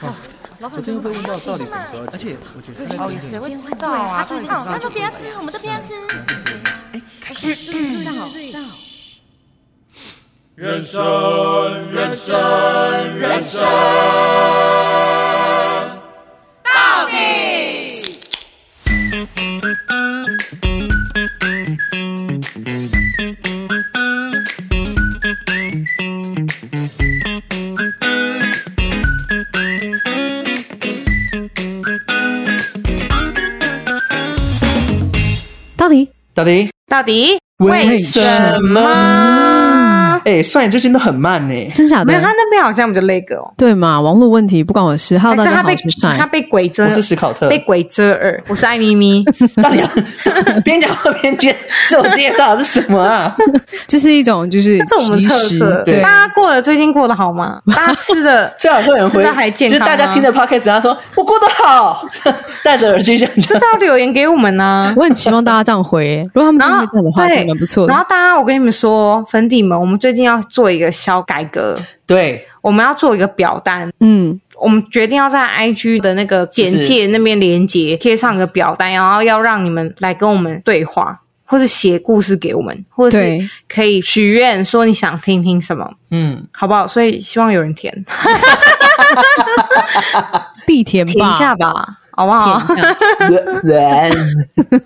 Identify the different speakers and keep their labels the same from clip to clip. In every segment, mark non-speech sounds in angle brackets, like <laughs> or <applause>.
Speaker 1: 啊，
Speaker 2: 老
Speaker 1: 昨
Speaker 2: 板
Speaker 1: 天
Speaker 2: 怎
Speaker 1: 又
Speaker 2: 么
Speaker 1: 被
Speaker 2: 不
Speaker 1: 问
Speaker 2: 吃
Speaker 1: 到到底
Speaker 2: 呢
Speaker 1: 什么时候要
Speaker 3: 而
Speaker 1: 结
Speaker 3: 且
Speaker 1: 婚，
Speaker 3: 我觉
Speaker 2: 对
Speaker 3: 得
Speaker 2: 啊
Speaker 3: 他已
Speaker 2: 谁
Speaker 3: 经
Speaker 2: 会
Speaker 3: 很
Speaker 2: 知道
Speaker 4: 对
Speaker 2: 啊？到
Speaker 4: 他注
Speaker 2: 底
Speaker 4: 意
Speaker 2: 是
Speaker 4: 看，他
Speaker 2: 啥
Speaker 4: 就不要吃，我们就不要吃。
Speaker 3: 开始
Speaker 2: 站好，站好。
Speaker 5: 人生，人生，人生。
Speaker 6: 到底
Speaker 1: 到底
Speaker 4: 到底
Speaker 1: 为什么？哎，算你最近都很慢呢。
Speaker 6: 真假
Speaker 4: 没有，他
Speaker 6: 的？
Speaker 4: 那边好像比较那个哦，
Speaker 6: 对嘛？网络问题不关我事。Hello，
Speaker 4: 还
Speaker 6: 大
Speaker 4: 是
Speaker 6: 家
Speaker 4: 他
Speaker 6: 好，
Speaker 4: 被
Speaker 6: 我是
Speaker 4: 他
Speaker 6: Shine。
Speaker 4: 被鬼遮
Speaker 1: 我是史考特 <laughs>
Speaker 4: 被鬼遮耳，我是艾咪咪。
Speaker 1: 到底要边讲话边介自我介绍是什
Speaker 4: <laughs>
Speaker 1: 么啊？
Speaker 6: 这是一种就是
Speaker 4: 这是我们
Speaker 6: 及
Speaker 4: 特
Speaker 6: 时
Speaker 4: 色。
Speaker 6: 对，
Speaker 4: 大家过得最近过得好吗？大家吃
Speaker 6: <laughs>
Speaker 4: 的
Speaker 1: 最好会有人回
Speaker 4: 吃的还，健
Speaker 1: 就是
Speaker 4: 康啊吗
Speaker 1: 大家听着 podcast，他说我过得好， <laughs> 戴着耳
Speaker 4: <laughs>
Speaker 1: 机讲
Speaker 4: 就
Speaker 1: 讲
Speaker 4: 是。要留言给我们呢、
Speaker 6: 我很期望大家这样回耶。如果他们真
Speaker 4: 然
Speaker 6: 的
Speaker 4: 后
Speaker 6: 会这样的话，是
Speaker 4: 对
Speaker 6: 蛮不错
Speaker 4: 然后
Speaker 6: 的。
Speaker 4: 大家，我跟你们说，粉底们，我们最近要做一个小改革，
Speaker 1: 对，
Speaker 4: 我们要做一个表单。
Speaker 6: 嗯，
Speaker 4: 我们决定要在 IG 的那个简介那边连接贴上个表单，然后要让你们来跟我们对话，或者写故事给我们，或者
Speaker 6: 对
Speaker 4: 是可以许愿说你想听听什么，
Speaker 1: 嗯， <laughs>
Speaker 4: 好不好？所以希望有人填，
Speaker 6: 必填吧。
Speaker 4: 填一下吧，好不好？
Speaker 6: 填一下
Speaker 4: <laughs>
Speaker 1: 人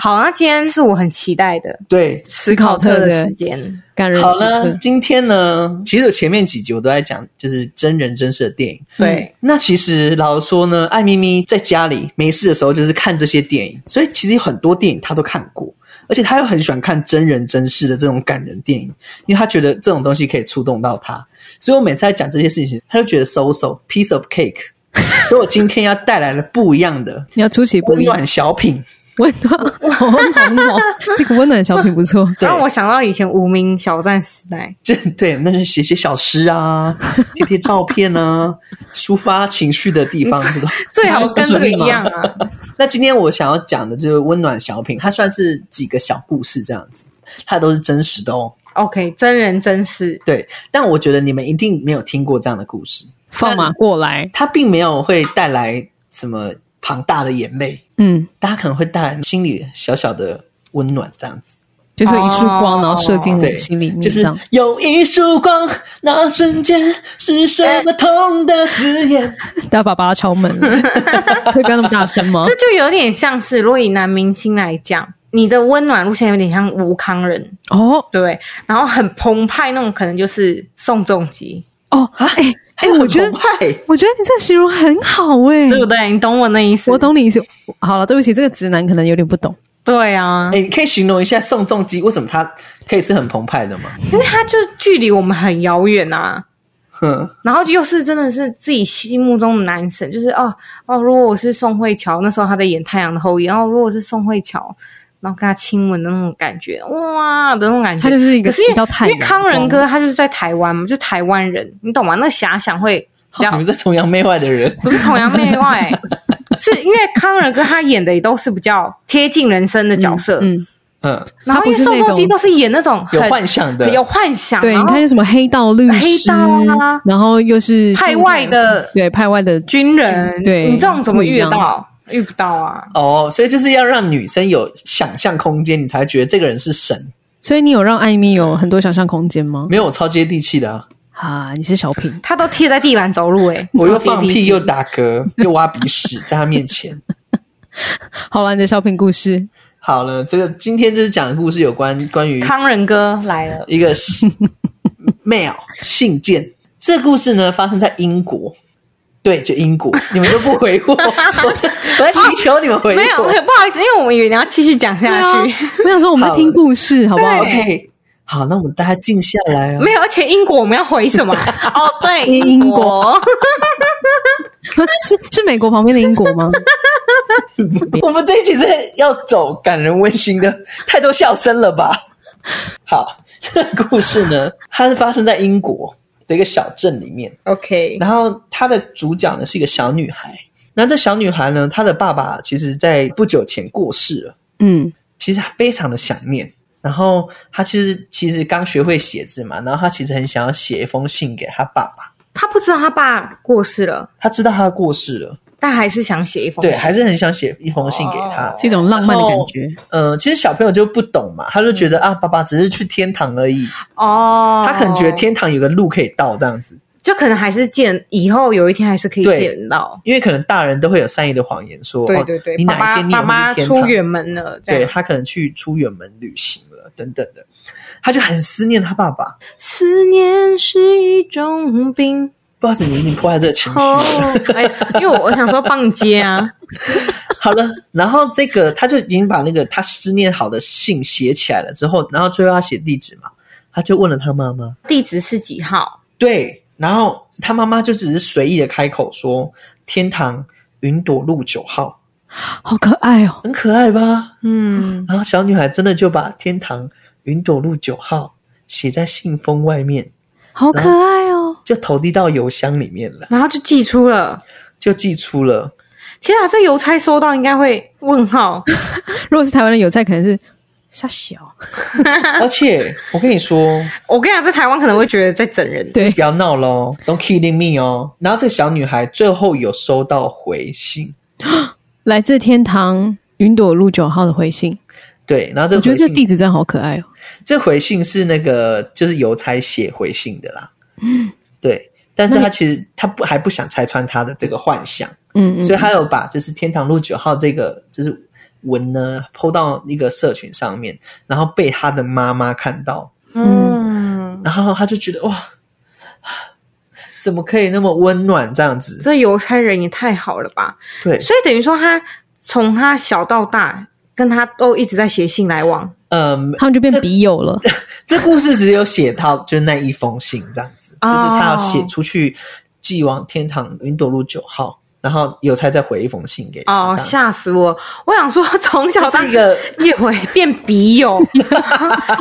Speaker 4: 好，那今天是我很期待的
Speaker 1: 对。
Speaker 4: 思
Speaker 6: 考
Speaker 4: 考
Speaker 6: 特
Speaker 4: 特
Speaker 6: 的
Speaker 4: 的时
Speaker 6: <laughs>
Speaker 4: 间。
Speaker 6: 感人
Speaker 1: 好
Speaker 6: 时
Speaker 1: 了，
Speaker 6: 刻。
Speaker 1: 今天呢，其实我前面几集我都在讲，就是真人真事的电影。
Speaker 4: 对，
Speaker 1: 那其实老实说呢，艾咪咪在家里没事的时候就是看这些电影，所以其实有很多电影她都看过，而且她又很喜欢看真人真事的这种感人电影，因为她觉得这种东西可以触动到她。所以我每次在讲这些事情，她就觉得 so so piece of cake。所以我今天要带来了不一样的
Speaker 6: 你要出其不
Speaker 1: 温
Speaker 6: 意，
Speaker 1: 暖小品，
Speaker 6: 温暖，好温暖
Speaker 4: <laughs>
Speaker 6: 哦！这个温暖小品不错。
Speaker 1: 对
Speaker 4: 让我想到以前无名小站时代，
Speaker 1: 这对那是写写小诗啊，贴贴照片啊，抒发情绪的地方这种。
Speaker 4: 最好跟这个一样啊。
Speaker 1: 那今天我想要讲的就是温暖小品，它算是几个小故事这样子，它都是真实的哦。
Speaker 4: OK，真人真事，
Speaker 1: 对，但我觉得你们一定没有听过这样的故事，
Speaker 6: 放马过来，
Speaker 1: 它并没有会带来什么庞大的眼泪，
Speaker 6: 嗯，
Speaker 1: 但它可能会带来心里小小的温暖这样子。
Speaker 6: 就是有一束
Speaker 4: 哦
Speaker 6: 光，然后射进
Speaker 1: 对
Speaker 6: 我心里面，
Speaker 1: 就
Speaker 6: 这
Speaker 1: 是
Speaker 6: 样。
Speaker 1: 有一束光，那瞬间是什么痛的字眼？
Speaker 6: 大家把爸爸敲门
Speaker 4: <laughs>
Speaker 6: 了，可以不要那么大声吗？
Speaker 4: 这就有点像是，如果以男明星来讲，你的温暖路线有点像吴康仁，
Speaker 6: 哦
Speaker 4: 对不对，然后很澎湃那种，可能就是宋仲基，
Speaker 6: 哦，
Speaker 4: 啊
Speaker 6: 哎
Speaker 1: 还
Speaker 6: 哎，
Speaker 1: 有啊
Speaker 6: 我
Speaker 1: 很
Speaker 6: 觉得
Speaker 1: 澎，湃，
Speaker 6: 我觉得你这形容很好哎，
Speaker 4: 对不对？你嗯懂我那意思？
Speaker 6: 我。懂你意思。好了，对不起，这个直男可能有点不懂。
Speaker 4: 对啊，
Speaker 1: 哎，你可以形容一下宋仲基为什么他可以是很澎湃的吗？
Speaker 4: 因为他就是距离我们很遥远啊，
Speaker 1: 哼，
Speaker 4: 然后又是真的是自己心目中的男神，就是哦哦，如果我是宋慧乔，那时候他在演《太阳的后裔》，然后如果我是宋慧乔，然后跟他亲吻的那种感觉，哇的那种感觉，
Speaker 6: 他就是一个
Speaker 4: 可是因为
Speaker 6: 提到太阳
Speaker 4: 因为康仁哥他就是在台湾嘛，就台湾人，你懂吗？那遐想会比
Speaker 1: 你
Speaker 4: 较
Speaker 1: 们这崇洋媚外的人，
Speaker 4: 不是崇洋媚外，是因为康仁哥他演的也都是比较贴近人生的角色，
Speaker 6: 嗯，
Speaker 1: 嗯，
Speaker 4: 然后因为
Speaker 6: 他不是
Speaker 4: 宋
Speaker 6: 那种
Speaker 4: 仲基都是演那种很
Speaker 1: 有幻想的，
Speaker 4: 有幻想，
Speaker 6: 对，
Speaker 4: 然
Speaker 6: 你
Speaker 4: 后
Speaker 6: 看有什么黑道律师
Speaker 4: 黑道啊，
Speaker 6: 然后又是
Speaker 4: 派外，的
Speaker 6: 对派外的
Speaker 4: 军人，
Speaker 6: 对
Speaker 4: 你这种怎么遇得
Speaker 6: 不一
Speaker 4: 到？遇不到啊！
Speaker 1: 哦，所以就是要让女生有想象空间，你才觉得这个人是神。
Speaker 6: 所以你有让艾米有很多想象空间吗？
Speaker 1: 没有我超接地气的、啊，
Speaker 6: 啊，你是小品，
Speaker 4: 他都贴在地板走路、欸，哎，
Speaker 1: 我又放屁又打嗝 <laughs> 又挖鼻屎，在他面前。
Speaker 6: 好了，你的小品故事，
Speaker 1: 好了，这个今天就是讲的故事有关关
Speaker 4: <laughs>
Speaker 1: 于
Speaker 4: 康仁哥来了，
Speaker 1: 一个 mail 信件。这故事呢发生在英国，对，就英
Speaker 4: <laughs>
Speaker 1: 国，你们都不回我，我在我在祈求你们回
Speaker 4: 没有，
Speaker 1: 我
Speaker 4: 没。有，不好意思，因为我们以为你要继续讲下去，
Speaker 6: 我想说我们在听
Speaker 1: 好
Speaker 6: 故事，好不好？
Speaker 1: OK，好，那我们大家静下来哦。
Speaker 4: <laughs> 没有，而且英国我们要回什么？哦，对，
Speaker 6: 英
Speaker 4: 英
Speaker 6: 国， <laughs> 是是美国旁边的英国
Speaker 4: <laughs>
Speaker 6: 吗？
Speaker 1: <laughs> 我们这一集是要走感人温馨的，太多笑声了吧？好，这个故事呢，它是发生在英国的一个小镇里面，
Speaker 4: OK，
Speaker 1: 然后它的主角呢是一个小女孩。那这小女孩呢，她的爸爸其实在不久前过世了，
Speaker 6: 嗯，
Speaker 1: 其实她非常的想念。然后她其实其实刚学会写字嘛，然后她其实很想要写一封信给她爸爸，
Speaker 4: 他不知道他爸过世了，
Speaker 1: 他知道他过世了，
Speaker 4: 但还是想写一封
Speaker 1: 对，
Speaker 4: 信
Speaker 1: 还是很想写一封信给他。
Speaker 6: 是一种浪漫的感觉。
Speaker 4: 哦
Speaker 1: 嗯、其实小朋友就不懂嘛，他就觉得、啊，爸爸只是去天堂而已，
Speaker 4: 嗯哦，
Speaker 1: 他可能觉得天堂有个路可以到这样子，
Speaker 4: 就可能还是见，以后有一天还是可以
Speaker 1: 对
Speaker 4: 见到。
Speaker 1: 因为可能大人都会有善意的谎言说，
Speaker 4: 对对对
Speaker 1: 哦、你，
Speaker 4: 爸
Speaker 1: 哪一
Speaker 4: 爸
Speaker 1: 天你
Speaker 4: 爸妈
Speaker 1: 也会去天
Speaker 4: 出
Speaker 1: 堂。
Speaker 4: 远门了，这
Speaker 1: 对
Speaker 4: 样
Speaker 1: 他可能去出远门旅行了等等的，他就很思念他爸爸。
Speaker 4: 思念是一种病。
Speaker 1: 不好意思，你已经破坏这个情绪
Speaker 4: 哦
Speaker 1: 了。，
Speaker 4: 哎，因为我我想说棒街啊， <laughs>
Speaker 1: 好了，然后这个他就已经把那个他思念好的信写起来了之后，然后最后要写地址嘛，他就问了他妈妈，
Speaker 4: 地址是几号？
Speaker 1: 对，然后他妈妈就只是随意的开口说天堂云朵路九号，
Speaker 6: 好可爱哦！
Speaker 1: 很可爱吧？
Speaker 4: 嗯，
Speaker 1: 然后小女孩真的就把天堂云朵路九号写在信封外面，
Speaker 6: 好
Speaker 4: 嗯
Speaker 6: 可爱哦！
Speaker 1: 就投递到邮箱里面了， <laughs>
Speaker 4: 然后就寄出了。
Speaker 1: 就寄出了。
Speaker 4: 天啊，这邮差收到应该会问
Speaker 1: <laughs>
Speaker 4: 号。
Speaker 6: 如果是台湾的邮差，可能是傻小，
Speaker 1: 而且我跟你说，
Speaker 4: 我跟你讲，在台湾可能会觉得在整人。
Speaker 6: 对
Speaker 1: 不，要闹喽，Don't kidding me 哦。然后这小女孩最后有收到回信，
Speaker 6: 来自天堂云朵路九号的回信。
Speaker 1: 对，然后这
Speaker 6: 我觉
Speaker 1: 回
Speaker 6: 得这
Speaker 1: 信，
Speaker 6: 地址真的好可爱哦。
Speaker 1: 这回信是那个就是邮差写回信的啦，
Speaker 4: 嗯
Speaker 1: 对。但是他其实他不还不想拆穿他的这个幻想，
Speaker 6: 嗯嗯
Speaker 1: 所以他有把就是天堂路九号这个就是文呢抛到一个社群上面，然后被他的妈妈看到，
Speaker 4: 嗯，
Speaker 1: 然后他就觉得哇，怎么可以那么温暖这样子？
Speaker 4: 这邮差人也太好了吧！
Speaker 1: 对，
Speaker 4: 所以等于说，他从他小到大，跟他都一直在写信来往。
Speaker 1: 嗯，
Speaker 6: 他们就变笔友了。
Speaker 1: 这故事只有写到就是那一封信这样子，
Speaker 4: 哦
Speaker 1: 就是他要写出去寄往天堂云朵路九号，然后邮差再回一封信给他。
Speaker 4: 哦，
Speaker 1: 这样子
Speaker 4: 吓死我！我想说，从小
Speaker 1: 这
Speaker 4: 到
Speaker 1: 是一个
Speaker 4: 越回变笔
Speaker 1: <laughs>
Speaker 4: 友，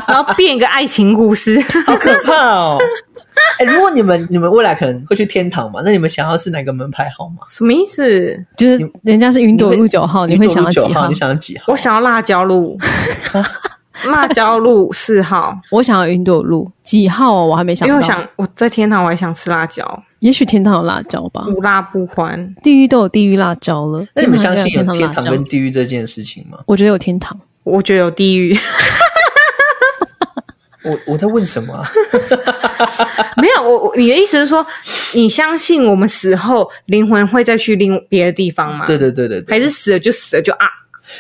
Speaker 4: 然后变一个爱情故事。
Speaker 1: 好可怕哦！ <laughs> 哎、如果你们你们未来可能会去天堂嘛，那你们想要是哪个门牌号码？
Speaker 4: 什么意思？
Speaker 6: 就是人家是云朵路九号，你会
Speaker 1: 云朵
Speaker 6: 想
Speaker 1: 路
Speaker 6: 要几
Speaker 1: 九
Speaker 6: 号
Speaker 1: 你？想要几号？
Speaker 4: 我想要辣椒
Speaker 1: <laughs>
Speaker 4: 路，辣椒路四号，
Speaker 6: 我想要云朵路几号哦？我还没想
Speaker 4: 因
Speaker 6: 到。
Speaker 4: 为我想我在天堂，我还想吃辣椒，
Speaker 6: 也许天堂有辣椒吧，
Speaker 4: 无辣不欢。
Speaker 6: 地狱都有地狱辣椒了。
Speaker 1: 嗯那你们相信有
Speaker 6: 天堂
Speaker 1: 天
Speaker 6: 辣
Speaker 1: 堂
Speaker 6: 椒？
Speaker 1: 跟地狱这件事情吗？
Speaker 6: 我觉得有天堂。
Speaker 4: 我觉得有地
Speaker 1: <laughs>
Speaker 4: 狱，
Speaker 1: 我我在问什么、
Speaker 6: <laughs>
Speaker 1: 啊？
Speaker 4: 没有我我你的意思是说，你相信我们死后灵魂会再去另别的地方吗？
Speaker 1: 对对对对对，
Speaker 4: 还是死了就死了就啊，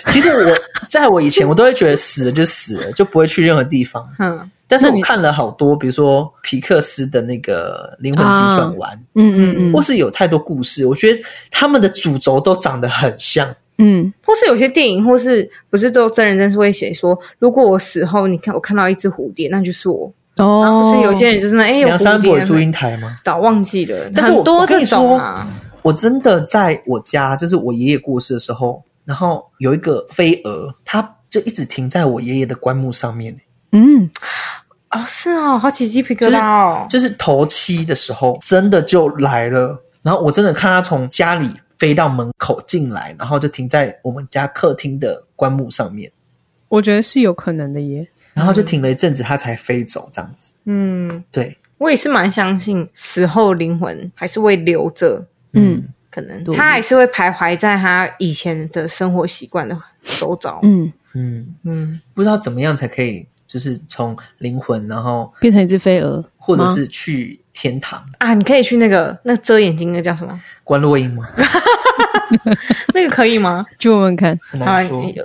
Speaker 1: 其实我在我以前我都会觉得死了就死了，就不会去任何地方。
Speaker 4: 嗯，
Speaker 1: 但是
Speaker 6: 那
Speaker 1: 我
Speaker 6: 你
Speaker 1: 看了好多，比如说皮克斯的那个《灵魂急转弯》
Speaker 6: 嗯嗯
Speaker 1: 或
Speaker 6: 嗯
Speaker 1: 是有太多故事，我觉得他们的主轴都长得很像。
Speaker 6: 嗯，
Speaker 4: 或是有些电影，或是不是都真人真事会写说，如果我死后，你看我看到一只蝴蝶，那就是我。
Speaker 6: 哦，
Speaker 4: 所以有些人就是那哎，有
Speaker 1: 梁山伯
Speaker 4: 蝴
Speaker 1: 与
Speaker 4: 蝶
Speaker 1: 祝英台吗？
Speaker 4: 早忘记了，
Speaker 1: 但是我
Speaker 4: 很多
Speaker 1: 我跟
Speaker 4: 这
Speaker 1: 你
Speaker 4: 种啊，
Speaker 1: 我真的在我家，就是我爷爷过世的时候，然后有一个飞蛾，它就一直停在我爷爷的棺木上面，
Speaker 6: 嗯，
Speaker 4: 哦是哦，好起鸡皮疙
Speaker 1: 就是
Speaker 4: 瘩哦，
Speaker 1: 就是头七的时候，真的就来了。然后我真的看它从家里飞到门口进来，然后就停在我们家客厅的棺木上面，
Speaker 6: 我觉得是有可能的耶。
Speaker 1: 然后就停了一阵子，它才飞走这样子。
Speaker 4: 嗯，
Speaker 1: 对，
Speaker 4: 我也是蛮相信死后灵魂还是会留着，
Speaker 6: 嗯
Speaker 4: 可能
Speaker 6: 对
Speaker 4: 他还是会徘徊在他以前的生活习惯的周遭，
Speaker 6: 嗯，
Speaker 1: 嗯。
Speaker 4: 嗯，
Speaker 1: 不知道怎么样才可以，就是从灵魂，然后
Speaker 6: 变成一只飞蛾，
Speaker 1: 或者
Speaker 6: 吗
Speaker 1: 是去天堂，
Speaker 4: 啊，你可以去那个那遮眼睛的叫
Speaker 1: <laughs>
Speaker 4: 什么？
Speaker 1: 关洛音吗？
Speaker 4: 那个可以吗？
Speaker 6: 就问问看。
Speaker 1: 很
Speaker 4: 好，
Speaker 1: 难说，
Speaker 4: 你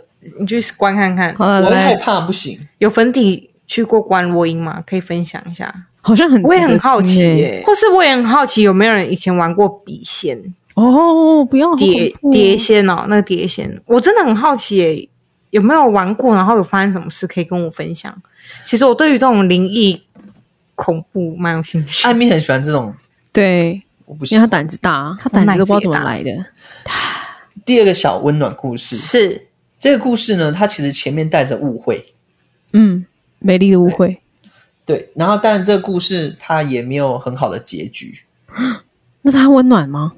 Speaker 4: 你去观看看，
Speaker 6: 好了，
Speaker 1: 我会害
Speaker 6: 来，
Speaker 1: 怕不行。
Speaker 4: 有粉底去过观落音吗？可以分享一下。
Speaker 6: 好像嗯很
Speaker 4: 我也
Speaker 6: 值得
Speaker 4: 很好奇
Speaker 6: 听欸
Speaker 4: 耶、
Speaker 6: 耶。
Speaker 4: 或是我也很好奇有没有人以前玩过笔仙、
Speaker 6: 哦，不要
Speaker 4: 碟碟，仙哦，那个碟仙，我真的很好奇耶、有没有玩过，然后有发生什么事可以跟我分享？其实我对于这种灵异、恐怖蛮有兴趣。
Speaker 6: 啊
Speaker 1: 艾米很喜欢这种，
Speaker 6: 对，
Speaker 1: 我不
Speaker 6: 因为
Speaker 1: 行
Speaker 6: 他。胆子大，啊他胆子都不知道怎么来的。
Speaker 1: 第二个小温暖故事，
Speaker 4: 是
Speaker 1: 这个故事呢，它其实前面带着误会，
Speaker 6: 嗯，美丽的误会，
Speaker 1: 对，然后但这个故事它也没有很好的结局。
Speaker 6: 那他温暖吗？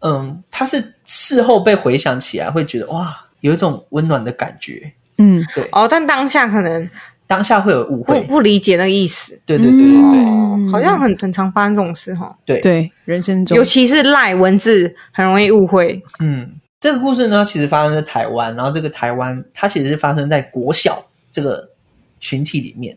Speaker 1: 嗯，它是事后被回想起来，会觉得哇，有一种温暖的感觉。
Speaker 6: 嗯，
Speaker 1: 对，
Speaker 4: 哦，但当下可能
Speaker 1: 当下会有误
Speaker 4: 不
Speaker 1: 会，
Speaker 4: 不理解那个意思。
Speaker 1: 对对对对对
Speaker 6: 嗯
Speaker 4: 好像很很常发生这种事哈，
Speaker 1: 对
Speaker 6: 对人生中
Speaker 4: 尤其是赖文字很容易误会。
Speaker 1: 嗯，这个故事呢，其实发生在台湾，然后这个台湾它其实是发生在国小这个群体里面，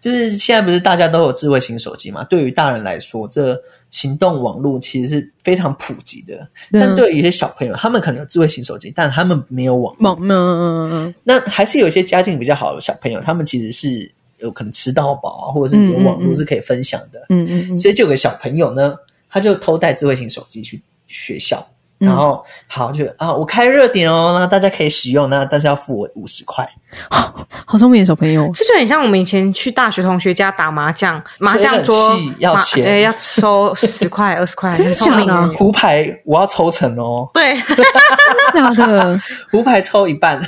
Speaker 1: 就是现在不是大家都有智慧型手机嘛？对于大人来说，这行动网络其实是非常普及的，
Speaker 6: 嗯
Speaker 1: 但对于一些小朋友，他们可能有智慧型手机，但他们没有网络。
Speaker 6: 猛嗯嗯嗯
Speaker 1: 那还是有一些家境比较好的小朋友，他们其实是有可能吃到饱啊，或者是有网
Speaker 6: 嗯嗯
Speaker 1: 络
Speaker 6: 嗯
Speaker 1: 是可以分享的。
Speaker 6: 嗯嗯嗯，
Speaker 1: 所以就有个小朋友呢，他就偷带智慧型手机去学校，
Speaker 6: 嗯
Speaker 1: 然后好就啊，我开热点哦，那大家可以使用，那但是要付我五十块。
Speaker 6: 嗯好聪明的小朋友，
Speaker 4: 这就很像我们以前去大学同学家打麻将，麻将桌
Speaker 1: 吹冷气要
Speaker 4: 麻
Speaker 1: 钱
Speaker 4: 对，要
Speaker 1: <laughs>
Speaker 4: 收十块二十块，
Speaker 6: 真的
Speaker 4: 很聪明
Speaker 6: 假的啊
Speaker 4: 耶
Speaker 1: 胡牌我要抽成哦，
Speaker 4: 对， <laughs>
Speaker 6: 真的假啊的？
Speaker 1: 胡牌抽一半，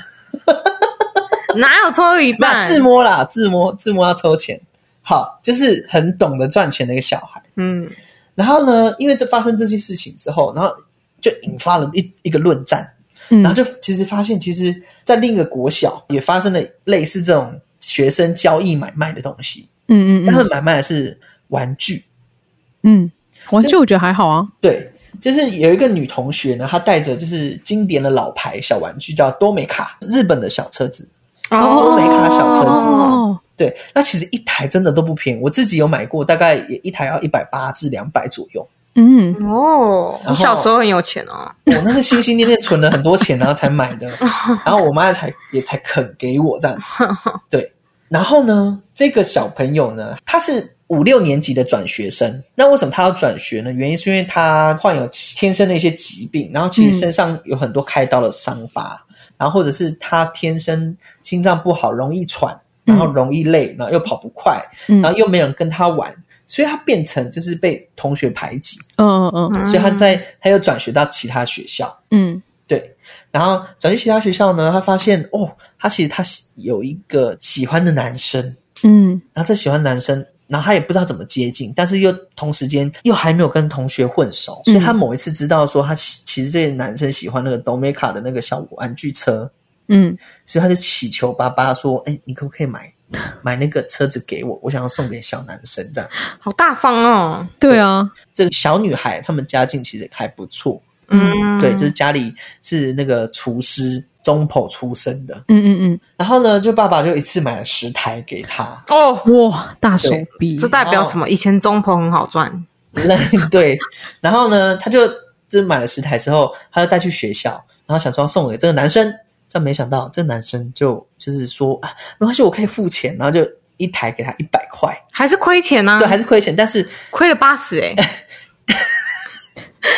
Speaker 4: 哪有抽一
Speaker 1: 那
Speaker 4: 半？
Speaker 1: 自摸啦，自摸自摸要抽钱。好，就是很懂得赚钱的一个小孩。
Speaker 4: 嗯，
Speaker 1: 然后呢，因为这发生这些事情之后，然后就引发了一一个论战，
Speaker 6: 嗯
Speaker 1: 然后就其实发现，其实在另一个国小也发生了类似这种学生交易买卖的东西。
Speaker 6: 嗯嗯
Speaker 1: 但他
Speaker 6: 嗯
Speaker 1: 们买卖的是玩具。
Speaker 6: 嗯，玩具我觉得还好啊，
Speaker 1: 对，就是有一个女同学呢，她带着就是经典的老牌小玩具，叫多美卡，日本的小车子。
Speaker 6: 欧
Speaker 1: 美卡小车子
Speaker 6: 哦，
Speaker 1: 对，那其实一台真的都不便宜，我自己有买过，大概也一台要一百八至两百左右。
Speaker 6: 嗯，
Speaker 4: 哦，
Speaker 1: 然后
Speaker 4: 你小时候很有钱哦，
Speaker 1: 我那是心心念念存了很多钱，然后才买的，然后我妈才也才肯给我这样子。对，然后呢，这个小朋友呢，他是五六年级的转学生。那为什么他要转学呢？原因是因为他患有天生的一些疾病，然后其实身上有很多开刀的伤疤，然后或者是他天生心脏不好，容易喘，然后容易累，然后又跑不快，
Speaker 6: 嗯
Speaker 1: 然后又没有人跟他玩，所以他变成就是被同学排挤，
Speaker 6: 嗯嗯
Speaker 4: 嗯
Speaker 1: 所以他在他又转学到其他学校。
Speaker 6: 嗯
Speaker 1: 对，然后转去其他学校呢，他发现哦，他其实他喜有一个喜欢的男生，
Speaker 6: 嗯
Speaker 1: 然后这喜欢的男生，然后他也不知道怎么接近，但是又同时间又还没有跟同学混熟，所以他某一次知道说他其其实这个男生喜欢那个 Domeca 的那个小玩具车，
Speaker 6: 嗯
Speaker 1: 所以他就祈求爸爸说：“哎，你可不可以买买那个车子给我？我想要送给小男生这样。
Speaker 4: 好大方哦，”
Speaker 6: 对啊，
Speaker 1: 这个小女孩他们家境其实还不错，
Speaker 4: 嗯，
Speaker 1: 对，就是家里是那个厨师中剖出身的，
Speaker 6: 嗯嗯
Speaker 1: 然后呢，就爸爸就一次买了十台给他。 <laughs>
Speaker 4: 哦，
Speaker 6: 嗯，哇，大手笔，
Speaker 4: 这代表什么？以前中鹏很好赚，
Speaker 1: 对，然后呢，他就就买了十台之后，他就带去学校，然后想说要送给这个男生，但没想到这个男生就就是说啊，没关系，我可以付钱，然后就一台给他一百块，
Speaker 4: 还是亏钱呢？
Speaker 1: 对，还是亏钱，但是
Speaker 4: 亏了八十
Speaker 1: <laughs>
Speaker 4: 哎，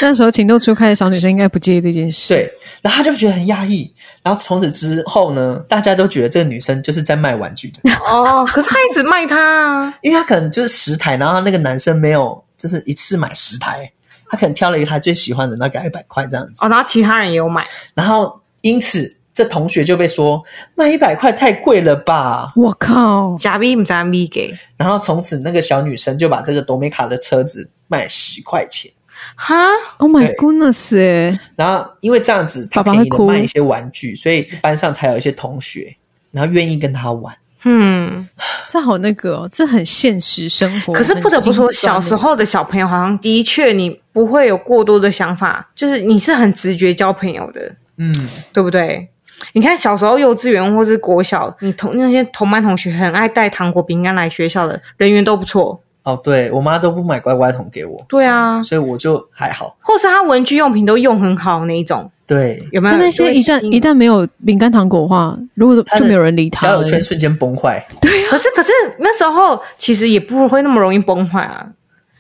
Speaker 6: 那时候情窦初开的小女生应该不介意这件事，
Speaker 1: 对，然后他就觉得很压抑，然后从此之后呢，大家都觉得这个女生就是在卖玩具的，
Speaker 4: 哦，可是他一直卖他啊，
Speaker 1: 因为他可能就是十台，然后那个男生没有就是一次买十台，他可能挑了一个他最喜欢的，那给他一百块这样子。
Speaker 4: 哦，然后其他人也有买，
Speaker 1: 然后因此这同学就被说卖一百块太贵了吧。
Speaker 6: 我靠，
Speaker 4: 假币不假币给，
Speaker 1: 然后从此那个小女生就把这个多美卡的车子卖十块钱。
Speaker 4: 哈，
Speaker 6: Oh my
Speaker 1: 对
Speaker 6: goodness！哎，
Speaker 1: 然后因为这样子，她
Speaker 6: 爸
Speaker 1: 便
Speaker 6: 爸会
Speaker 1: 宜的
Speaker 6: 哭
Speaker 1: 卖一些玩具，所以班上才有一些同学，然后愿意跟她玩。
Speaker 4: 嗯，
Speaker 6: 这好那个、哦，这很现实生活。
Speaker 4: 可是不得不说，小时
Speaker 6: 候，
Speaker 4: 候的小朋友好像的确你不会有过多的想法，就是你是很直觉交朋友的，
Speaker 1: 嗯，
Speaker 4: 对不对？你看小时候幼稚园或是国小，你同那些同班同学很爱带糖果饼干来学校的，人缘都不错。
Speaker 1: 哦，对我妈都不买乖乖桶给我，
Speaker 4: 对啊，
Speaker 1: 所以我就还好。
Speaker 4: 或是他文具用品都用很好那一种，
Speaker 1: 对，
Speaker 4: 有没有？
Speaker 6: 但那
Speaker 4: 就
Speaker 6: 些
Speaker 4: 会
Speaker 6: 一旦
Speaker 4: 吸引
Speaker 6: 一旦没有饼干糖果的话，如果
Speaker 1: 她的
Speaker 6: 就没有人理他
Speaker 1: 交
Speaker 6: 了
Speaker 1: 友。圈瞬间崩坏。
Speaker 4: 可是可是那时候其实也不会那么容易崩坏啊。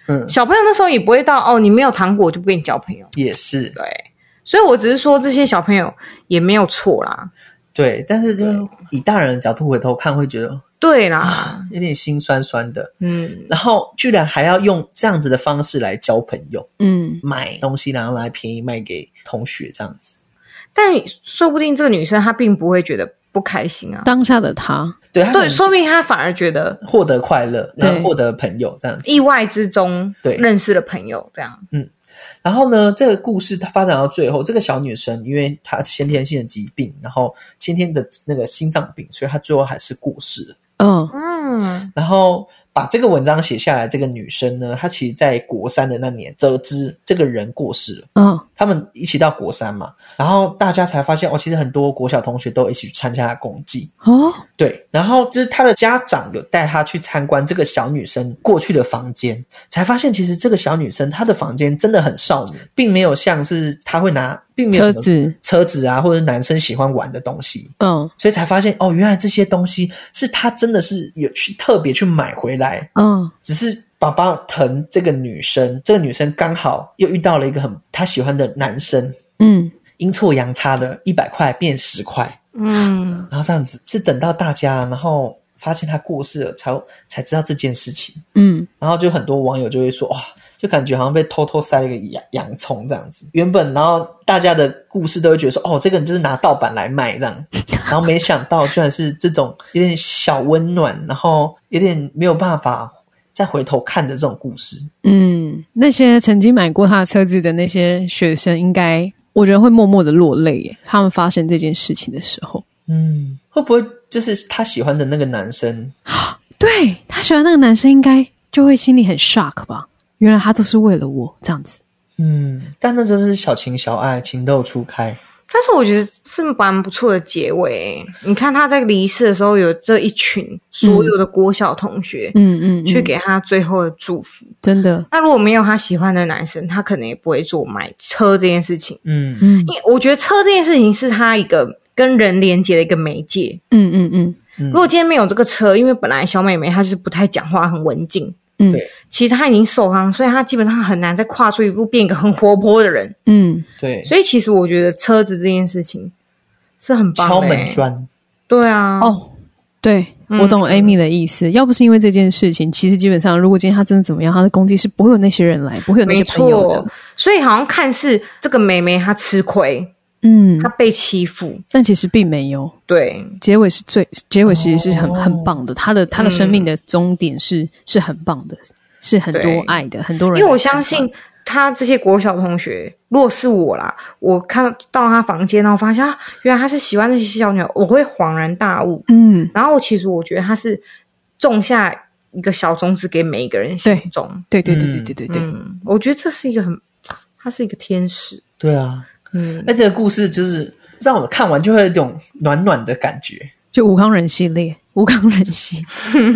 Speaker 1: 嗯，
Speaker 4: 小朋友那时候也不会到哦，你没有糖果我就不跟你交朋友。
Speaker 1: 也是
Speaker 4: 对，所以我只是说这些小朋友也没有错啦，
Speaker 1: 对，但是就是以大人的角度回头看，会觉得啊
Speaker 4: 对啦，
Speaker 1: 有点心酸酸的。
Speaker 4: 嗯，
Speaker 1: 然后居然还要用这样子的方式来交朋友，
Speaker 6: 嗯，
Speaker 1: 买东西然后来便宜卖给同学这样子。
Speaker 4: 但说不定这个女生她并不会觉得不开心啊，
Speaker 6: 当下的他，
Speaker 1: 对，他可
Speaker 4: 对，
Speaker 1: 能
Speaker 4: 说不定她反而觉得
Speaker 1: 获得快乐，然
Speaker 6: 对
Speaker 1: 后获得朋友这样子。
Speaker 4: 意外之中
Speaker 1: 对
Speaker 4: 认识了朋友这样，
Speaker 1: 然后呢，这个故事它发展到最后，这个小女生因为她先天性的疾病，然后先天的那个心脏病，所以她最后还是过世了。
Speaker 6: 嗯
Speaker 4: 嗯，
Speaker 1: 然后把这个文章写下来，这个女生呢，她其实在国三的那年得知这个人过世了。
Speaker 6: 嗯
Speaker 1: 他们一起到国三嘛，然后大家才发现哦，其实很多国小同学都一起去参加公祭，
Speaker 6: 哦
Speaker 1: 对。然后就是他的家长有带他去参观这个小女生过去的房间，才发现其实这个小女生她的房间真的很少女，并没有像是她会拿，并没有
Speaker 6: 车
Speaker 1: 什么
Speaker 6: 子，
Speaker 1: 车子啊，或者男生喜欢玩的东西。
Speaker 6: 嗯
Speaker 1: 所以才发现哦，原来这些东西是她真的是有去特别去买回来，
Speaker 6: 嗯
Speaker 1: 只是爸爸疼这个女生，这个女生刚好又遇到了一个很她喜欢的男生，
Speaker 6: 嗯
Speaker 1: 阴错阳差的，一百块变十块，
Speaker 4: 嗯，
Speaker 1: 然后这样子是等到大家然后发现她过世了才才知道这件事情，
Speaker 6: 嗯
Speaker 1: 然后就很多网友就会说哇。就感觉好像被偷偷塞了一个洋洋葱这样子，原本然后大家的故事都会觉得说，哦，这个人就是拿盗版来卖这样， <laughs> 然后没想到居然是这种有点小温暖，然后有点没有办法再回头看的这种故事。
Speaker 6: 嗯，那些曾经买过他的车子的那些学生，应该我觉得会默默的落泪耶。他们发生这件事情的时候，
Speaker 1: 嗯，会不会就是他喜欢的那个男生？
Speaker 6: 对他喜欢那个男生，应该就会心里很 shock 吧？原来他都是为了我这样子。
Speaker 1: 嗯，但那就是小情小爱，情窦初开。
Speaker 4: 但是我觉得是蛮不错的结尾。欸你看他在离世的时候，有这一群所有的国小同学、
Speaker 6: 嗯嗯，嗯
Speaker 4: 去给他最后的祝福。
Speaker 6: 真的，
Speaker 4: 那如果没有他喜欢的男生，他可能也不会做买车这件事情。
Speaker 1: 嗯
Speaker 6: 嗯
Speaker 4: 因为我觉得车这件事情是他一个跟人连接的一个媒介。
Speaker 6: 嗯嗯嗯
Speaker 1: 嗯
Speaker 4: 如果今天没有这个车，因为本来小美眉她就是不太讲话，很文静，
Speaker 6: 嗯
Speaker 1: 对
Speaker 4: 其实她已经受伤，所以她基本上很难再跨出一步变一个很活泼的人。
Speaker 6: 嗯，
Speaker 1: 对，
Speaker 4: 所以其实我觉得车子这件事情是很棒的、欸
Speaker 1: 敲门，砖。
Speaker 4: 对啊，，
Speaker 6: 哦，对。
Speaker 4: 嗯
Speaker 6: 我懂 Amy 的意思，要不是因为这件事情，其实基本上，如果今天他真的怎么样，他的攻击是不会有那些人来，不会有那
Speaker 4: 没
Speaker 6: 些朋友的
Speaker 4: 错。。所以好像看似这个美眉她吃亏，
Speaker 6: 嗯
Speaker 4: 她，被欺负，
Speaker 6: 但其实并没有。
Speaker 4: 对，
Speaker 6: 结尾是最结尾，其实是
Speaker 4: 哦
Speaker 6: 很、很棒的。他的他的生命
Speaker 4: 嗯
Speaker 6: 的终点是、是很棒的，是很多
Speaker 4: 对
Speaker 6: 爱的，很多人
Speaker 4: 因
Speaker 6: 来看他。
Speaker 4: 为我相信他这些国小同学，如果是我啦，我看到他房间，然后发现啊，原来他是喜欢那些小女孩，我会恍然大悟。
Speaker 6: 嗯，
Speaker 4: 然后其实我觉得他是种下一个小种子给每一个人心中。
Speaker 6: 对对对对
Speaker 1: 嗯
Speaker 6: 对对对，
Speaker 4: 嗯，我觉得这是一个很，他是一个天使。
Speaker 1: 对啊，
Speaker 4: 嗯，
Speaker 1: 那这个故事就是让我看完就会有一种暖暖的感觉。
Speaker 6: 就吴康仁系列，吴康仁系，
Speaker 4: 嗯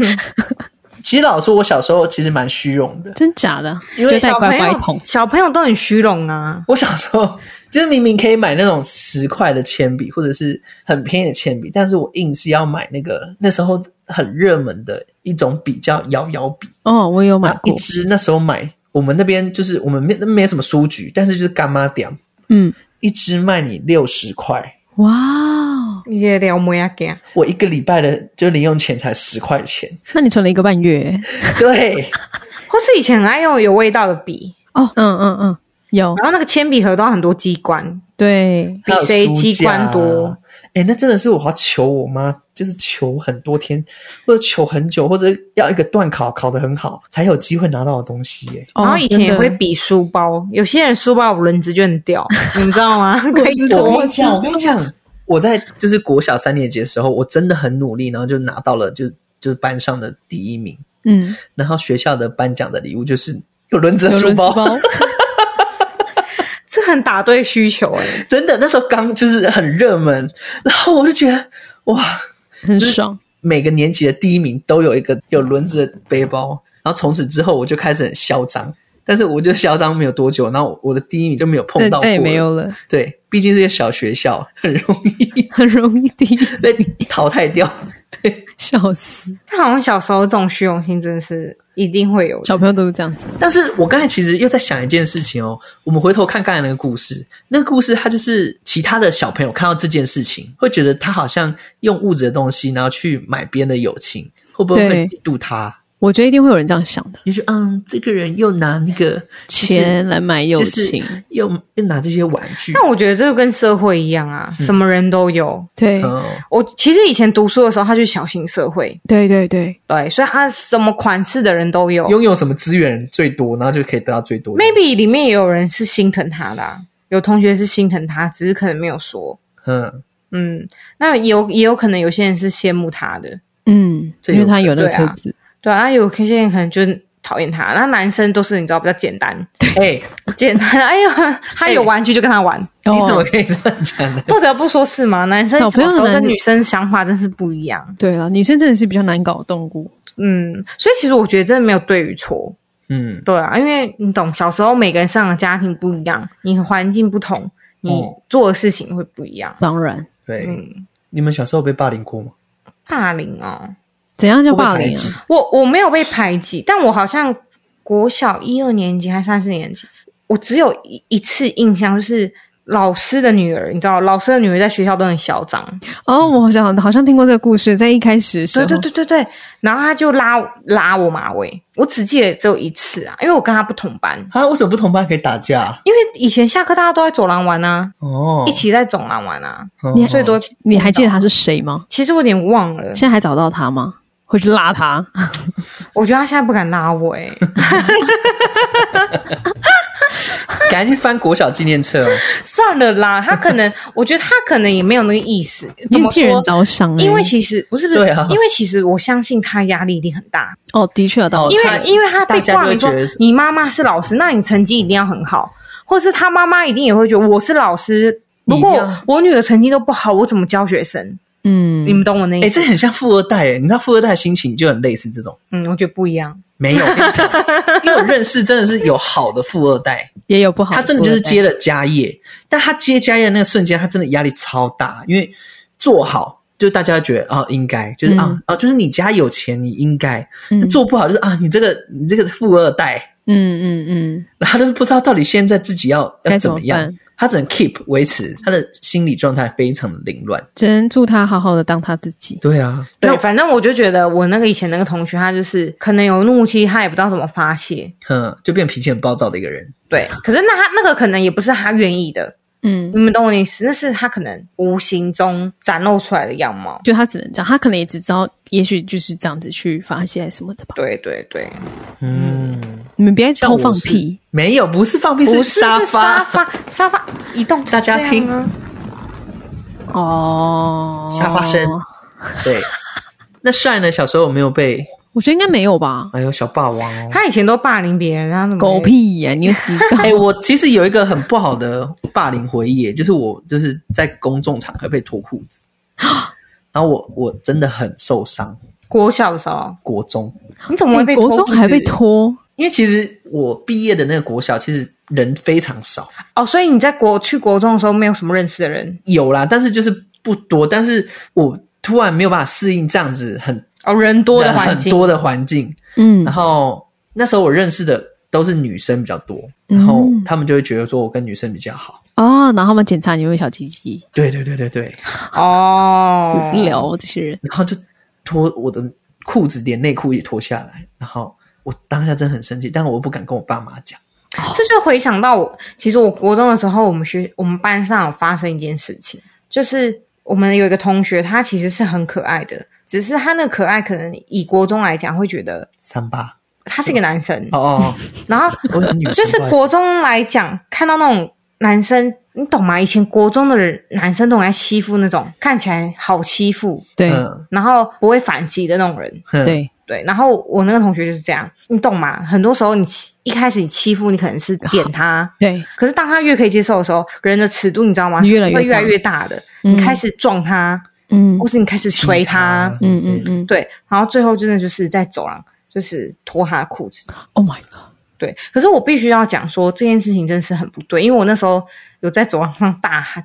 Speaker 1: 其实老实说，我小时候其实蛮虚荣的。
Speaker 6: 真假的？
Speaker 4: 因
Speaker 6: 就
Speaker 4: 为
Speaker 6: 带
Speaker 4: 小
Speaker 6: 乖
Speaker 4: 朋
Speaker 6: 乖
Speaker 4: 友
Speaker 6: 桶，
Speaker 4: 小朋友都很虚荣啊。
Speaker 1: 我小时候就是明明可以买那种十块的铅笔，或者是很便宜的铅笔，但是我硬是要买那个那时候很热门的一种笔，叫摇摇笔。
Speaker 6: 哦，我也有买
Speaker 1: 那一
Speaker 4: 啊
Speaker 6: 过，
Speaker 1: 支那时候买，我们那边就是我们没那没什么书局，但是就是干妈店，
Speaker 6: 嗯，
Speaker 1: 一支卖你六十块，
Speaker 6: 哇哦，
Speaker 4: 你也啊聊摩亚给
Speaker 1: 我一个礼拜的就零用钱才十块钱，
Speaker 6: 那你存了一个半月？
Speaker 1: 对，
Speaker 4: 或是以前很爱用有味道的笔，
Speaker 6: 哦，嗯嗯嗯，有
Speaker 4: 然后那个铅笔盒都有很多机关，
Speaker 6: 对，
Speaker 4: 比谁机关
Speaker 1: 还有书
Speaker 4: 多
Speaker 1: 架。。哎、那真的是我要求我妈，就是求很多天，或者求很久，或者要一个段考考得很好，才有机会拿到的东西、耶。
Speaker 6: 哦
Speaker 4: 然后以前也
Speaker 6: 真的
Speaker 4: 会比书包，有些人书包有轮子就很掉， <laughs> 你知道吗？可以
Speaker 1: 我跟
Speaker 4: 脱
Speaker 1: 你。讲，我跟你讲，我在就是国小三年级的时候，我真的很努力，然后就拿到了就是就是班上的第一名，
Speaker 4: <laughs>
Speaker 6: 嗯，
Speaker 1: 然后学校的颁奖的礼物就是有轮子的
Speaker 6: 有
Speaker 1: 书
Speaker 6: 轮子
Speaker 4: <laughs>
Speaker 1: 包，
Speaker 6: 包，
Speaker 4: 这很打对需求哎、
Speaker 6: <laughs>
Speaker 1: 真的那时候刚就是很热门，然后我就觉得哇，
Speaker 6: 很爽。
Speaker 1: 每个年级的第一名都有一个有轮子的背包，然后从此之后我就开始很嚣张，但是我就嚣张没有多久，然后我的第一名就没有碰
Speaker 6: 对，
Speaker 1: 到过，
Speaker 6: 再也没有，了，
Speaker 4: <laughs>
Speaker 1: 对，毕竟是个小学校，很容易 <laughs>
Speaker 6: 很容易低，
Speaker 1: 被淘汰掉。
Speaker 6: <laughs> 笑死！
Speaker 4: 但好像小时候这种虚荣心真的是一定会有的。
Speaker 6: 小朋友都是这样子，
Speaker 1: 但是我刚才其实又在想一件事情哦，我们回头看刚才那个故事，那个故事它就是其他的小朋友看到这件事情，会觉得他好像用物质的东西，然后去买别人的友情，会不会
Speaker 6: 对
Speaker 1: 会嫉妒他？
Speaker 6: 我觉得一定会有人这样想的，
Speaker 1: 也许嗯，这个人又拿那个就是
Speaker 6: 钱来买友
Speaker 1: 就是
Speaker 4: 嗯
Speaker 6: 情，
Speaker 1: 又又拿这些玩具。
Speaker 4: 但我觉得这个跟社会一样啊，
Speaker 6: 嗯
Speaker 4: 什么人都有。
Speaker 6: 对
Speaker 1: 哦，
Speaker 4: 我其实以前读书的时候，他就是小型社会，
Speaker 6: 对对对，
Speaker 4: 对，所以他什么款式的人都有。
Speaker 1: 拥有什么资源最多，然后就可以得到最多的。
Speaker 4: Maybe 里面也有人是心疼他的啊、有同学是心疼他，只是可能没有说。
Speaker 1: 嗯，
Speaker 4: 嗯，那有也有可能有些人是羡慕他的，
Speaker 6: 嗯，
Speaker 4: 嗯，
Speaker 1: 这
Speaker 6: 因为他有那个
Speaker 4: 对
Speaker 6: 车
Speaker 4: 啊
Speaker 6: 子。
Speaker 4: 对啊，那有些人可能就是讨厌他，那男生都是你知道比较简
Speaker 6: <laughs>
Speaker 4: 单，
Speaker 1: 哎、
Speaker 4: 简单，哎呀，他有玩具就跟他玩。
Speaker 1: 你怎么
Speaker 6: 哦
Speaker 1: 可以这样讲呢？
Speaker 4: 不得不说是吗？男生
Speaker 6: 小
Speaker 4: 小
Speaker 6: 朋友
Speaker 4: 时候
Speaker 6: 的男
Speaker 4: 跟
Speaker 6: 生
Speaker 4: 女生想法真是不一样。
Speaker 6: 对了，女生真的是比较难搞的动物。
Speaker 4: 嗯，所以其实我觉得真的没有对与错，
Speaker 1: 嗯，
Speaker 4: 对啊，因为你懂，小时候每个人上的家庭不一样，你环境不同，你
Speaker 1: 哦
Speaker 4: 做的事情会不一样。
Speaker 6: 当然，
Speaker 1: 对。
Speaker 4: 嗯，
Speaker 1: 你们小时候有被霸凌过吗？
Speaker 4: 霸凌哦，
Speaker 6: 怎样叫
Speaker 1: 会被
Speaker 6: 霸
Speaker 1: 排
Speaker 6: 凌
Speaker 1: 挤
Speaker 6: 啊？
Speaker 4: 我我没有被排挤，但我好像国小一二年级还是三四年级，我只有一一次印象就是老师的女儿，你知道，老师的女儿在学校都很嚣张，
Speaker 6: 哦，我好像好像听过这个故事，在一开始的时
Speaker 4: 对
Speaker 6: 候，
Speaker 4: 对对对对，然后他就拉拉我马尾，我只记得只有一次啊，因为我跟他不同班，
Speaker 1: 啊，为什么不同班可以打架、啊
Speaker 4: 因为以前下课大家都在走廊玩啊，
Speaker 1: 哦，
Speaker 4: 一起在走廊玩啊，
Speaker 1: 哦
Speaker 6: 你
Speaker 4: 最多
Speaker 6: 你还记得他是谁吗？
Speaker 4: 其实我有点忘了，
Speaker 6: 现在还找到他吗？会去拉他？
Speaker 4: 我觉得他现在不敢拉我
Speaker 1: <laughs>
Speaker 4: 哎、
Speaker 1: 赶紧去翻国小纪念册哦。
Speaker 6: <laughs>
Speaker 4: 算了啦，他可
Speaker 1: <laughs>
Speaker 4: 能，我觉得他可能也没有那个意思， <laughs> 怎
Speaker 6: 你
Speaker 4: 么
Speaker 6: 替
Speaker 4: 说
Speaker 6: 人？着想欸、
Speaker 4: 因为其实不是不是，
Speaker 1: 对啊
Speaker 4: 因为其实我相信他压力一定很大，
Speaker 6: 哦，的确有道理
Speaker 4: 因
Speaker 1: 他
Speaker 4: 为因为他被
Speaker 1: 大家
Speaker 4: 挂
Speaker 1: 就会
Speaker 4: 名说
Speaker 1: 觉得是
Speaker 4: 你妈妈是老师，那你成绩一定要很好，或是他妈妈一定也会觉得我是老师，
Speaker 1: 你
Speaker 4: 如
Speaker 1: 一定
Speaker 4: 果
Speaker 1: 要
Speaker 4: 我女儿成绩都不好，我怎么教学生？
Speaker 6: 嗯
Speaker 4: 你，们懂我那
Speaker 1: 哎、
Speaker 4: 意思？
Speaker 1: 这很像富二代哎，你知道富二代的心情就很类似这种。
Speaker 4: 嗯，我觉得不一样。
Speaker 1: 没有，我跟你讲因为我认识真的是有好的富二代，
Speaker 6: 也有不好，
Speaker 1: 他真的就是接，了家业，但他接家业的那个瞬间，他真的压力超大，因为做好就大家觉得啊、应该就是啊
Speaker 6: 嗯
Speaker 1: 啊，就是你家有钱，你应该
Speaker 6: 嗯
Speaker 1: 做不好就是啊，你这个你这个富二代，
Speaker 6: 嗯嗯嗯，
Speaker 1: 然后他都不知道到底现在自己要要
Speaker 6: 该
Speaker 1: 怎
Speaker 6: 怎么
Speaker 1: 么样
Speaker 6: 办，
Speaker 1: 他只能 keep 维持他的心理状态非常的凌乱。
Speaker 6: 只能祝他好好的当他自己。
Speaker 1: 对啊，
Speaker 4: 对，反正我就觉得我那个以前那个同学，他就是可能有怒气，他也不知道怎么发泄。
Speaker 1: 嗯，就变脾气很暴躁的一个人。
Speaker 4: 对，可是那他那个可能也不是他愿意的，
Speaker 6: 嗯
Speaker 4: 你，们懂我的意思？那是他可能无形中展露出来的样貌。
Speaker 6: 就他只能这样，他可能也只知道，也许就是这样子去发泄什么的吧。
Speaker 4: 对对对，
Speaker 1: 嗯，
Speaker 6: 你们别
Speaker 1: 像
Speaker 6: 偷
Speaker 1: 我
Speaker 6: 放
Speaker 1: 是
Speaker 6: 屁，
Speaker 1: 没有，不是放屁，
Speaker 4: 不是
Speaker 1: 沙
Speaker 4: 是
Speaker 1: 发。
Speaker 4: 沙发，沙发移动就是
Speaker 1: 大家
Speaker 4: 这样
Speaker 1: 听
Speaker 4: 啊，
Speaker 6: 哦，
Speaker 1: 沙发声对，那帅呢？小时候有没有被？
Speaker 6: 我觉得应该没有吧，
Speaker 1: 哎呦，小霸王哦！
Speaker 4: 他以前都霸凌别人，然后怎么
Speaker 6: 狗屁呀、你又知道？
Speaker 1: <laughs> 哎、我其实有一个很不好的霸凌回忆，就是我就是在公众场合被脱裤 <gasps> 子，然后我我真的很受伤。
Speaker 4: 国小的时候，
Speaker 1: 国中，
Speaker 4: 你怎么会被
Speaker 6: 你国
Speaker 4: 脱
Speaker 6: 中
Speaker 4: 裤子
Speaker 6: 还被拖，
Speaker 1: 因为其实我毕业的那个国小，其实人非常少，
Speaker 4: 哦？所以你在国去国中的时候没有什么认识的人
Speaker 1: 有啦，但是就是不多。但是我突然没有办法适应这样子很
Speaker 4: 哦，人多的
Speaker 1: 人
Speaker 4: 环
Speaker 1: 很
Speaker 4: 境，
Speaker 1: 多的环境，
Speaker 6: 嗯
Speaker 1: 然，后那时候我认识的都是女生比较多，然后
Speaker 6: 嗯
Speaker 1: 他们就会觉得说我跟女生比较好。
Speaker 6: 哦，然后他们检查你有没有小鸡鸡，
Speaker 1: 对对对对对，
Speaker 4: 哦，
Speaker 6: 无聊、这些人，
Speaker 1: 然后就脱我的裤子，连内裤也脱下来。然后我当下真的很生气，但我又不敢跟我爸妈讲。
Speaker 4: 这就回想到我，其实我国中的时候，我们学我们班上有发生一件事情，就是我们有一个同学，他其实是很可爱的，只是他那可爱可能以国中来讲会觉得
Speaker 1: 三八
Speaker 4: 他是一个男生，
Speaker 1: 哦哦，
Speaker 4: 然后
Speaker 1: 我有女生
Speaker 4: 就是
Speaker 1: 不好意思
Speaker 4: 国中来讲，看到那种男生，你懂吗？以前国中的人，男生都很爱欺负那种看起来好欺负，
Speaker 6: 对、
Speaker 1: 嗯
Speaker 4: 然后不会反击的那种人。
Speaker 1: 哼
Speaker 6: 对，
Speaker 4: 对，然后我那个同学就是这样，你懂吗？很多时候你欺一开始你欺负，你可能是点他，
Speaker 6: 对，
Speaker 4: 可是当他越可以接受的时候，人的尺度你知道吗？
Speaker 6: 越来越
Speaker 4: 是会越
Speaker 6: 大
Speaker 4: 来越大的。
Speaker 6: 嗯
Speaker 4: 你开始撞他，
Speaker 6: 嗯
Speaker 4: 或是你开始捶他，
Speaker 6: 嗯嗯嗯
Speaker 4: 对，然后最后真的就是在走廊就是脱他的裤子。
Speaker 6: ，Oh my god，
Speaker 4: 对，可是我必须要讲说这件事情真是很不对，因为我那时候有在走廊上大喊，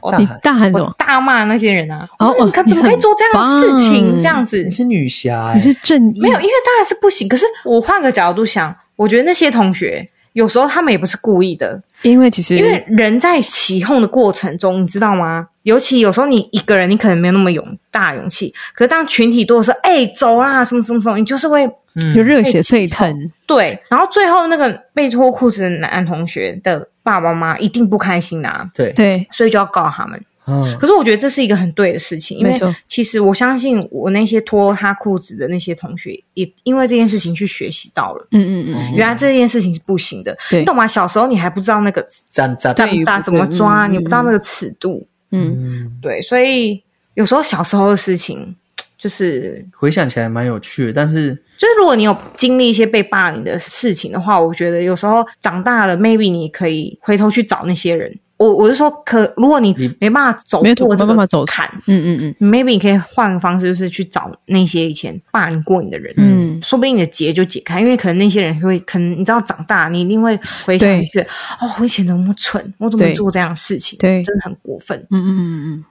Speaker 4: 我
Speaker 1: 大
Speaker 6: 你
Speaker 1: 喊
Speaker 6: 大喊什
Speaker 4: 我
Speaker 6: 么？
Speaker 4: 大骂那些人啊！
Speaker 6: 哦
Speaker 4: 我说你可
Speaker 6: 哦你
Speaker 4: 怎么可以
Speaker 6: 很
Speaker 4: 做这样的事情？
Speaker 6: 棒嗯
Speaker 4: 这样子
Speaker 1: 你是女侠、欸，
Speaker 6: 你是正义
Speaker 4: 没有，因为当然是不行。可是我换个角度想，我觉得那些同学有时候他们也不是故意的，
Speaker 6: 因为其实
Speaker 4: 因为人在起哄的过程中，你知道吗？尤其有时候你一个人，你可能没有那么勇大勇气，可是当群体多的时候，哎、走啦，什么什么什么，你就是会
Speaker 1: 嗯
Speaker 6: 就热血
Speaker 4: 被
Speaker 6: 沸
Speaker 4: 气候
Speaker 6: 腾，
Speaker 4: 对。然后最后那个被脱裤子的男同学的爸爸妈妈一定不开心啦、
Speaker 1: 对，
Speaker 6: 对，
Speaker 4: 所以就要告他们。
Speaker 1: 嗯
Speaker 4: 可是我觉得这是一个很对的事情，因为
Speaker 6: 没错
Speaker 4: 其实我相信我那些脱他裤子的那些同学，也因为这件事情去学习到了，
Speaker 6: 嗯嗯嗯，
Speaker 4: 原来这件事情是不行的。
Speaker 6: 对
Speaker 4: 你懂吗？小时候你还不知道那个
Speaker 1: 站站
Speaker 6: 对于
Speaker 4: 咋怎么
Speaker 6: 不对
Speaker 4: 抓，
Speaker 6: 嗯
Speaker 4: 你不知道那个尺度，
Speaker 6: 嗯，
Speaker 1: 嗯，
Speaker 4: 对，所以有时候小时候的事情就是
Speaker 1: 回想起来蛮有趣的，但是
Speaker 4: 就是，如果你有经历一些被霸凌的事情的话，我觉得有时候长大了，maybe 你可以回头去找那些人。我我是说可，如果你
Speaker 1: 你
Speaker 4: 没办法走
Speaker 6: 没有
Speaker 4: 过这
Speaker 6: 没办法
Speaker 4: 个
Speaker 6: 走
Speaker 4: 坎
Speaker 6: 嗯嗯
Speaker 4: ，maybe 你可以换个方式，就是去找那些以前霸凌过你的人，
Speaker 6: 嗯嗯，
Speaker 4: 说不定你的结就解开，因为可能那些人会，可能你知道长大，你一定会回想
Speaker 6: 对
Speaker 4: 去，哦，我以前怎么那么蠢，我怎么
Speaker 6: 对
Speaker 4: 做这样的事情，
Speaker 6: 对
Speaker 4: 真的很过分
Speaker 6: 嗯。嗯嗯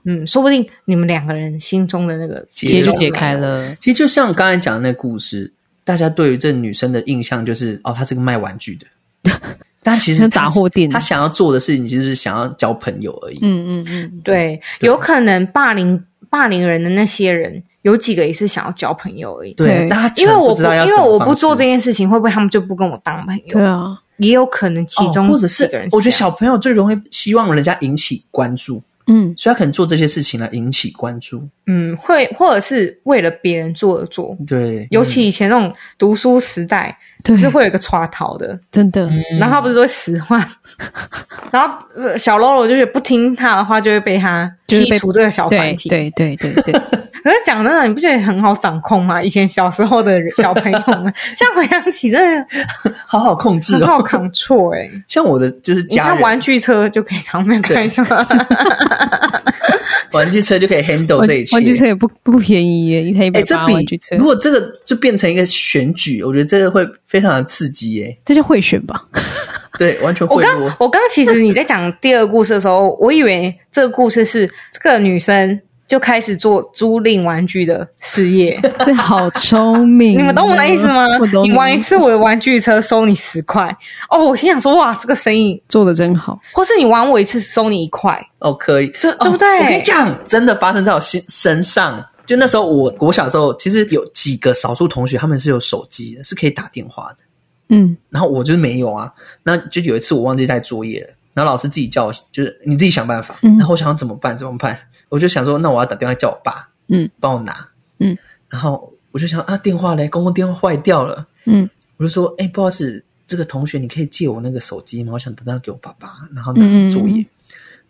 Speaker 6: 嗯，
Speaker 4: 嗯，说不定你们两个人心中的那个
Speaker 1: 结
Speaker 6: 结
Speaker 1: 就
Speaker 6: 就
Speaker 1: 解
Speaker 6: 解开。了。
Speaker 1: 其实就像刚才讲的那个故事，大家对于这女生的印象就是哦，她是个卖玩
Speaker 4: <laughs>
Speaker 1: 具的，但其实
Speaker 6: 像
Speaker 1: 她
Speaker 6: 杂货店
Speaker 1: 她想要做的事情就是想要交朋友而已。
Speaker 6: 嗯嗯嗯，
Speaker 4: 对，有可能霸凌霸凌人的那些人，有几个也是想要交朋友而已。
Speaker 1: 对，
Speaker 6: 对
Speaker 1: 但她可
Speaker 4: 因为
Speaker 1: 能
Speaker 4: 我
Speaker 1: 不知道要
Speaker 4: 因为
Speaker 1: 怎么
Speaker 4: 我
Speaker 1: 方
Speaker 4: 不
Speaker 1: 式
Speaker 4: 做这件事情，会不会他们就不跟我当朋友？
Speaker 6: 对啊，
Speaker 4: 也有可能其中、
Speaker 1: 哦或者是
Speaker 4: 人
Speaker 1: 我觉
Speaker 4: 这
Speaker 1: 得
Speaker 4: 样
Speaker 1: 小朋友最容易希望人家引起关注，
Speaker 6: 嗯
Speaker 1: 所以他可能做这些事情来引起关注。
Speaker 4: 嗯，会或者是为了别人做而
Speaker 1: 嗯
Speaker 4: 做，
Speaker 1: 对，
Speaker 4: 尤其以前那种读书时代，
Speaker 6: 对，
Speaker 4: 是会有一个刷逃的，
Speaker 1: 嗯
Speaker 6: 真的，
Speaker 4: 然后他不是都会使唤， <laughs> 然后呃小喽啰就是不听他的话，就会被他
Speaker 6: 就是
Speaker 4: 剔
Speaker 6: 被
Speaker 4: 除这个小团
Speaker 6: 对
Speaker 4: 体。
Speaker 6: 对对对
Speaker 1: <laughs>
Speaker 6: 对，
Speaker 4: 可是讲真的，你不觉得很好掌控吗？以前小时候的人小朋友们，现在回想起真的
Speaker 1: 嗯好好控制
Speaker 4: 很好
Speaker 1: 哦。
Speaker 4: 扛错哎、
Speaker 1: 像我的就是
Speaker 4: 你
Speaker 1: 家
Speaker 4: 看
Speaker 1: 人
Speaker 4: 玩具车就可以扛，没有开玩笑。
Speaker 1: 玩具车就可以 handle
Speaker 6: 玩
Speaker 1: 这一切。
Speaker 6: 玩具车也不不便宜耶，一台一
Speaker 1: 哎，
Speaker 6: 百
Speaker 1: 这
Speaker 6: 八
Speaker 1: 比
Speaker 6: 玩具车
Speaker 1: 如，果这个就变成一个选举，我觉得这个会非常的刺激耶。
Speaker 6: 这叫贿选吧？ <laughs>
Speaker 1: 对，完全
Speaker 4: 我
Speaker 1: 贿
Speaker 4: 刚
Speaker 1: 赂。
Speaker 4: 我刚其实你在讲第二个故事的时候，我以为这个故事是这个女生就开始做租赁玩具的事业，
Speaker 6: 这好聪明哦，
Speaker 4: 你们懂我的意思吗
Speaker 6: 我？懂
Speaker 4: 你
Speaker 6: 你
Speaker 4: 玩一次我的玩具车收你十块，哦，我心想说哇，这个生意，
Speaker 6: 做的真好，
Speaker 4: 或是你玩我一次收你一块，
Speaker 1: 哦，可以，对
Speaker 4: 对不对
Speaker 1: 我跟你讲，真的发生在我身身上。就那时候我，我小时候其实有几个少数同学，他们是有手机的，是可以打电话的。
Speaker 6: 嗯
Speaker 1: 然后我就是没有啊。那就有一次我忘记带作业了，然后老师自己叫我，就是你自己想办法。
Speaker 6: 嗯
Speaker 1: 然后我想怎么办？怎么办？我就想说，那我要打电话叫我爸
Speaker 6: 嗯
Speaker 1: 帮我拿。
Speaker 6: 嗯，
Speaker 1: 然后我就想啊，电话嘞，公公电话坏掉了。
Speaker 6: 嗯
Speaker 1: 我就说，哎、不好意思，这个同学，你可以借我那个手机吗？我想打电话给我爸爸，然后拿
Speaker 6: 嗯嗯
Speaker 1: 作业。
Speaker 6: 嗯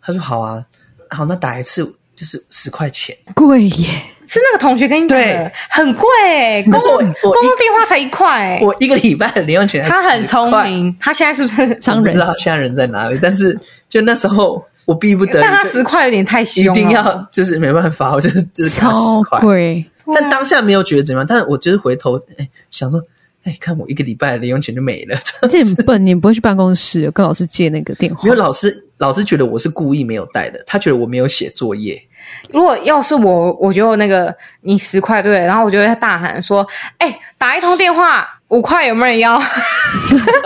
Speaker 1: 他说好啊，好，那打一次就是十块钱。
Speaker 6: 贵耶，
Speaker 4: 是那个同学跟你讲
Speaker 1: 对
Speaker 4: 的，很贵、欸，公
Speaker 1: 可是我
Speaker 4: 共
Speaker 1: 我
Speaker 4: 公共电话才一块、欸，
Speaker 1: 我一个礼拜的零用钱才10块，
Speaker 4: 他很聪明，他现在是不是？
Speaker 6: 商
Speaker 1: 我不知
Speaker 6: 人
Speaker 1: 道现在人在哪里，但是就那时候我逼不得
Speaker 4: <laughs>
Speaker 1: 已，
Speaker 4: 但他
Speaker 1: 就
Speaker 4: 十块有点太
Speaker 1: 一
Speaker 4: 凶了，
Speaker 1: 定要就是没办法，我就是就是给他
Speaker 6: 超
Speaker 1: 十块。
Speaker 6: 贵，
Speaker 1: 但当下没有觉得怎么样，但我就是回头哎想说，哎，看我一个礼拜的零用钱就没了。 <laughs>
Speaker 6: 而且很笨，你不会去办公室跟老师借那个电话
Speaker 1: 没有，老师，老师觉得我是故意没有带的，他觉得我没有写作业。
Speaker 4: 如果要是我，我就那个你十块对，然后我就会大喊说：“哎、打一通电话五块，有没有人
Speaker 1: <laughs>
Speaker 4: 要？”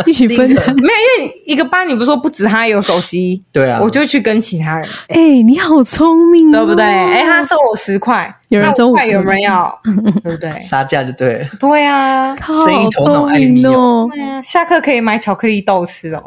Speaker 6: 一起分
Speaker 1: 真
Speaker 6: 摊。
Speaker 4: 没有，因为一个班你不是说不止他有手机，
Speaker 1: <laughs> 对啊，嗯
Speaker 4: 我就去跟其他人，
Speaker 6: 哎、你好聪明、哦，
Speaker 4: 对不对？哎、他收我十块，
Speaker 6: 有人
Speaker 4: 那
Speaker 6: 收
Speaker 4: 五
Speaker 6: 五
Speaker 4: 块，有没有
Speaker 1: <laughs>
Speaker 4: 要？对不对？
Speaker 1: 杀价就对了。
Speaker 4: 对啊，
Speaker 6: 靠
Speaker 1: 生意
Speaker 6: 好
Speaker 1: 头脑
Speaker 6: 聪
Speaker 1: 艾米
Speaker 6: 明
Speaker 1: 哦
Speaker 6: <laughs> 哦，
Speaker 4: 对啊，下课可以买巧克力豆吃哦。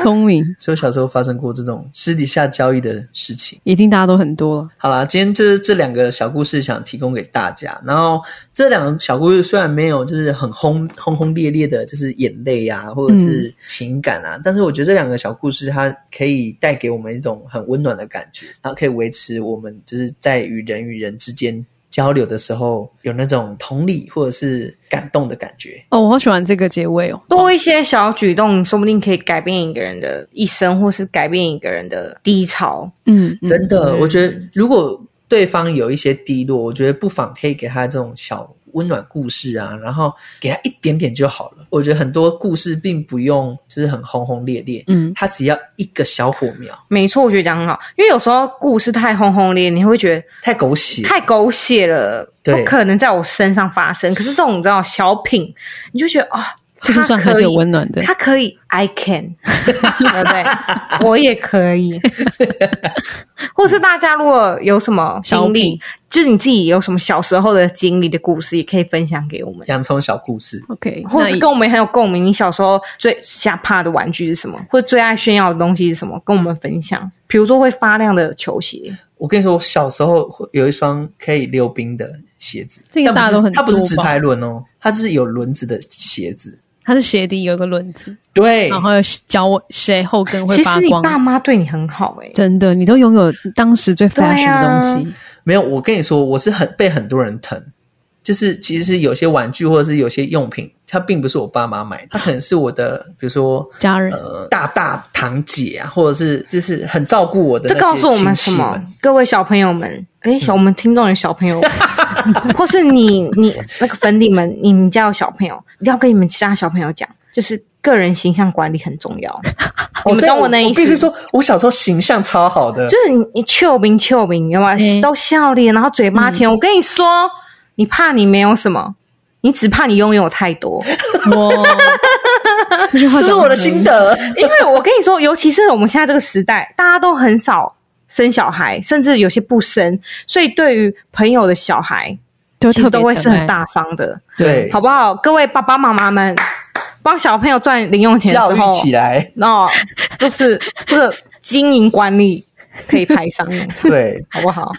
Speaker 6: 聪明，
Speaker 1: 所以我小时候发生过这种私底下交易的事情。
Speaker 6: 一定大家都很多了。
Speaker 1: 好啦，今天这这两个小故事想提供给大家。然后这两个小故事虽然没有就是很轰轰轰烈烈的，就是眼泪啊，或者是情感啊，但是我觉得这两个小故事它可以带给我们一种很温暖的感觉，然后可以维持我们就是在与人与人之间交流的时候有那种同理或者是感动的感觉。
Speaker 6: 哦，我好喜欢这个结尾哦。
Speaker 4: 多一些小举动，说不定可以改变一个人的一生，或是改变一个人的低潮。
Speaker 6: 嗯，嗯
Speaker 1: 真的，我觉得如果对方有一些低落，我觉得不妨可以给他这种小温暖故事啊，然后给他一点点就好了。我觉得很多故事并不用就是很轰轰烈烈，
Speaker 6: 嗯
Speaker 1: 他只要一个小火苗，
Speaker 4: 没错，我觉得讲得很好，因为有时候故事太轰轰烈，烈，你会觉得
Speaker 1: 太狗血，
Speaker 4: 太狗血了，
Speaker 1: 对
Speaker 4: 不可能在我身上发生。可是这种你知道小品，你就觉得啊，
Speaker 6: 这世上还是有温暖的
Speaker 4: 他。可以，I can，对不
Speaker 6: <laughs>
Speaker 4: 对？我也可以。或是大家如果有什么
Speaker 6: 小
Speaker 4: 经历
Speaker 6: 品，
Speaker 4: 就是你自己有什么小时候的经历的故事，也可以分享给我们。
Speaker 1: 洋葱小故事。
Speaker 6: OK，
Speaker 4: 或是
Speaker 6: 那
Speaker 4: 跟我们很有共鸣，你小时候最吓怕的玩具是什么，或者最爱炫耀的东西是什么，跟我们分享。比如说会发亮的球鞋，
Speaker 1: 我跟你说，我小时候会有一双可以溜冰的鞋子，
Speaker 6: 这个
Speaker 1: 但不是
Speaker 6: 大家都很
Speaker 1: 它不是
Speaker 6: 多吧
Speaker 1: 直排轮哦，它是有轮子的鞋子。
Speaker 6: 它是鞋底有一个轮子，
Speaker 1: 对，
Speaker 6: 然后脚尾鞋后跟会
Speaker 4: 其
Speaker 6: 发
Speaker 4: 实你
Speaker 6: 光。
Speaker 4: 爸妈对你很好哎、
Speaker 6: 真的，你都拥有当时最
Speaker 4: 对啊
Speaker 6: fashion 的东西，
Speaker 1: 没有，我跟你说，我是很被很多人疼，就是其实是有些玩具或者是有些用品，它并不是我爸妈买的，它可能是我的，比如说
Speaker 6: 家人
Speaker 1: 呃大大堂姐啊，或者是就是很照顾我的
Speaker 4: 这
Speaker 1: 那些
Speaker 4: 告诉我们什
Speaker 1: 亲戚
Speaker 4: 么
Speaker 1: 们？嗯
Speaker 4: 各位小朋友们，哎，小我们听众有小朋友，
Speaker 1: <laughs>
Speaker 4: 或是你你那个粉底们，你们家有小朋友，一定要跟你们其他小朋友讲，就是个人形象管理很重要。
Speaker 1: <laughs>
Speaker 4: 你
Speaker 1: 哦
Speaker 4: 们
Speaker 1: 对
Speaker 4: 懂我那意
Speaker 1: 我
Speaker 4: 思？
Speaker 1: 必须说，我小时候形象超好的，
Speaker 4: 就是你你丘明丘明，对吧
Speaker 6: 嗯？
Speaker 4: 都笑脸，然后嘴巴甜。我跟你说，你怕你没有什么，你只怕你拥有太
Speaker 6: <laughs>
Speaker 4: 多。
Speaker 6: 哇，
Speaker 4: <laughs>
Speaker 6: 这句话
Speaker 1: 这是我的心得。
Speaker 4: 因为我跟你说，尤其是我们现在这个时代，大家都很少生小孩，甚至有些不生，所以对于朋友的小孩，
Speaker 6: 都
Speaker 4: 其
Speaker 6: 特
Speaker 4: 实
Speaker 6: 别
Speaker 4: 都会是很
Speaker 6: 疼爱，
Speaker 4: 大方的，
Speaker 1: 对，
Speaker 4: 好不好？各位爸爸妈妈们，帮小朋友赚零用钱的
Speaker 1: 教
Speaker 4: 时
Speaker 1: 育
Speaker 4: 候，
Speaker 1: 起来，
Speaker 4: 哦，就是这个经营管理可以派上用
Speaker 6: <laughs>
Speaker 4: 场，
Speaker 1: 对。
Speaker 4: 好不好？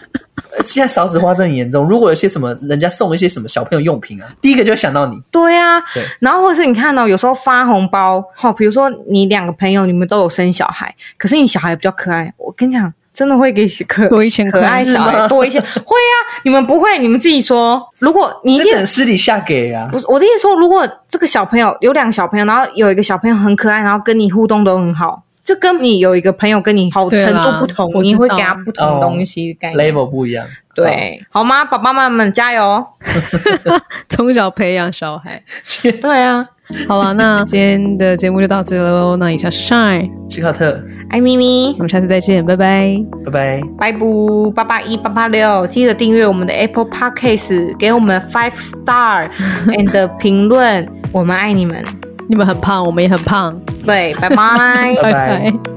Speaker 1: 现在少子化真的很严重，如果有些什么人家送一些什么小朋友用品啊，第一个就会想到你。
Speaker 4: 对啊，
Speaker 1: 对
Speaker 4: 然后或者是你看哦，有时候发红包，好、比如说你两个朋友你们都有生小孩，可是你小孩比较可爱，我跟你讲，真的会给可
Speaker 6: 多一千块
Speaker 4: 可爱小
Speaker 1: 是吗
Speaker 4: 孩多一些，会啊，你们不会，你们自己说，如果你一
Speaker 1: 这
Speaker 4: 定
Speaker 1: 只能私底下给啊
Speaker 4: 不，是我的意思说，如果这个小朋友有两个小朋友，然后有一个小朋友很可爱，然后跟你互动都很好，就跟你有一个朋友跟你好
Speaker 6: 对
Speaker 4: 程
Speaker 6: 啦
Speaker 4: 度不同
Speaker 6: 我，知
Speaker 4: 你会
Speaker 6: 道
Speaker 4: 给他不同的东西的概念。
Speaker 1: ，level 不一样。
Speaker 4: 对，好吗？爸爸妈妈们加油！
Speaker 6: 从小培养小孩。
Speaker 1: 好，
Speaker 4: 对啊，
Speaker 6: 好了，那今天的节目就到这喽。那以上是 Shine，
Speaker 1: 希卡特，
Speaker 4: 爱咪咪
Speaker 6: 我，们下次再见，拜拜。
Speaker 1: 拜拜。
Speaker 4: 拜不八八一八八六，记得订阅我们的 Apple Podcast，给我们 five star and 评论，我们爱你们。
Speaker 6: 你们很胖，我们也很胖，
Speaker 4: 对，拜拜。
Speaker 1: 拜拜
Speaker 6: 拜拜